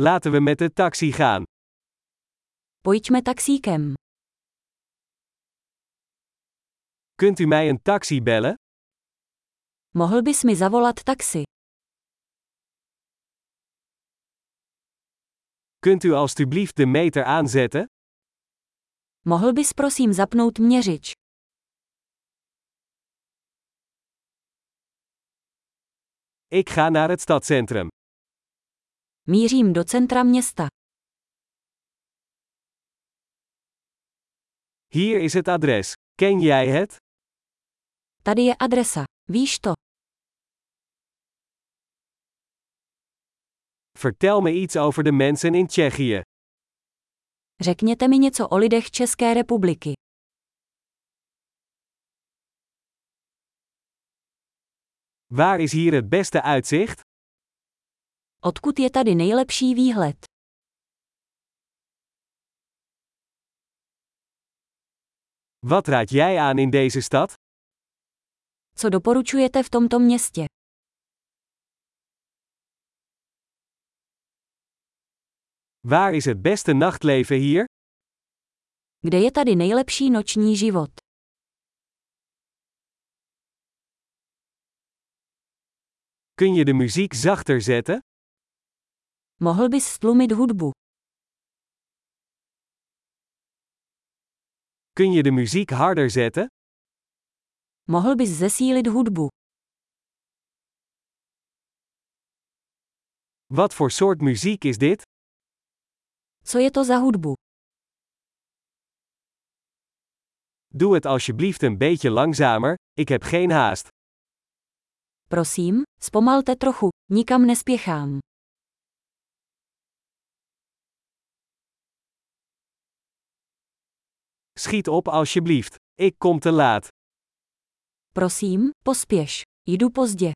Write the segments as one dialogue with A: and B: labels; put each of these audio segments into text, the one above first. A: Laten we met de taxi gaan.
B: Pojďme taxíkem.
A: Kunt u mij een taxi bellen?
B: Mohl bys mi zavolat taxi?
A: Kunt u alstublieft de meter aanzetten?
B: Mohl bys prosím zapnout měřič?
A: Ik ga naar het stadcentrum.
B: Mířím do centra města.
A: Hier is het adres. Ken jij het?
B: Tady je adresa. Víš to?
A: Vertel me iets over de mensen in Tsjechië.
B: Řekněte mi něco o lidech České republiky.
A: Waar is hier het beste uitzicht?
B: Odkud je tady nejlepší výhled?
A: Wat raad jij aan in deze stad?
B: Co doporučujete v tomto městě?
A: Waar is het beste nachtleven hier?
B: Kde je tady nejlepší noční život?
A: Kun je de muziek zachter zetten?
B: Mohl bys stlumit hudbu?
A: Kun je de muziek harder zetten?
B: Mohl bys zesílit hudbu?
A: Wat voor soort muziek is dit?
B: Co je to za hudbu?
A: Doe het alsjeblieft een beetje langzamer, ik heb geen haast.
B: Prosím, zpomalte trochu, nikam nespěchám.
A: Schiet op alsjeblieft, ik kom te laat.
B: Prosím, pospěš. Jdu pozdě.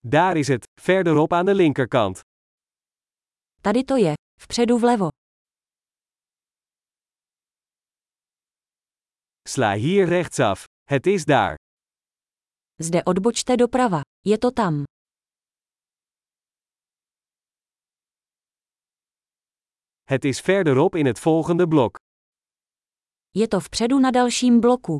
A: Daar is het, verderop aan de linkerkant.
B: Tady to je, vpředu vlevo.
A: Sla hier rechtsaf. Het is daar.
B: Zde odbočte doprava. Je to tam.
A: Het is verderop in het volgende blok.
B: Je to vpředu na dalším bloku.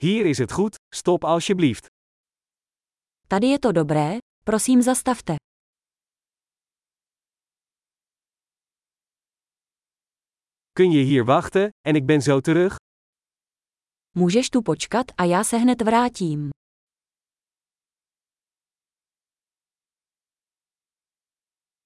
A: Hier is het goed, stop alsjeblieft.
B: Tady je to dobré, prosím zastavte.
A: Kun je hier wachten, en ik ben zo terug?
B: Můžeš tu počkat a já se hned vrátím.